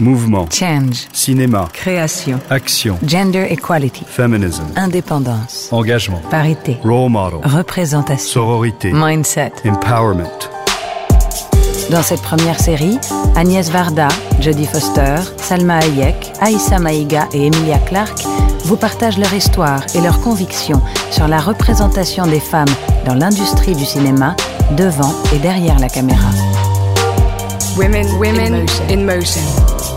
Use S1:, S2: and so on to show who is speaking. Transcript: S1: Mouvement.
S2: Change.
S1: Cinéma.
S2: Création.
S1: Action.
S2: Gender equality.
S1: Feminism.
S2: Indépendance.
S1: Engagement.
S2: Parité.
S1: Role model.
S2: Représentation.
S1: Sororité.
S2: Mindset.
S1: Empowerment.
S2: Dans cette première série, Agnès Varda, Jodie Foster, Salma Hayek, Aïssa Maïga et Emilia Clarke vous partagent leur histoire et leurs convictions sur la représentation des femmes dans l'industrie du cinéma, devant et derrière la caméra.
S3: Women, women in motion. In motion.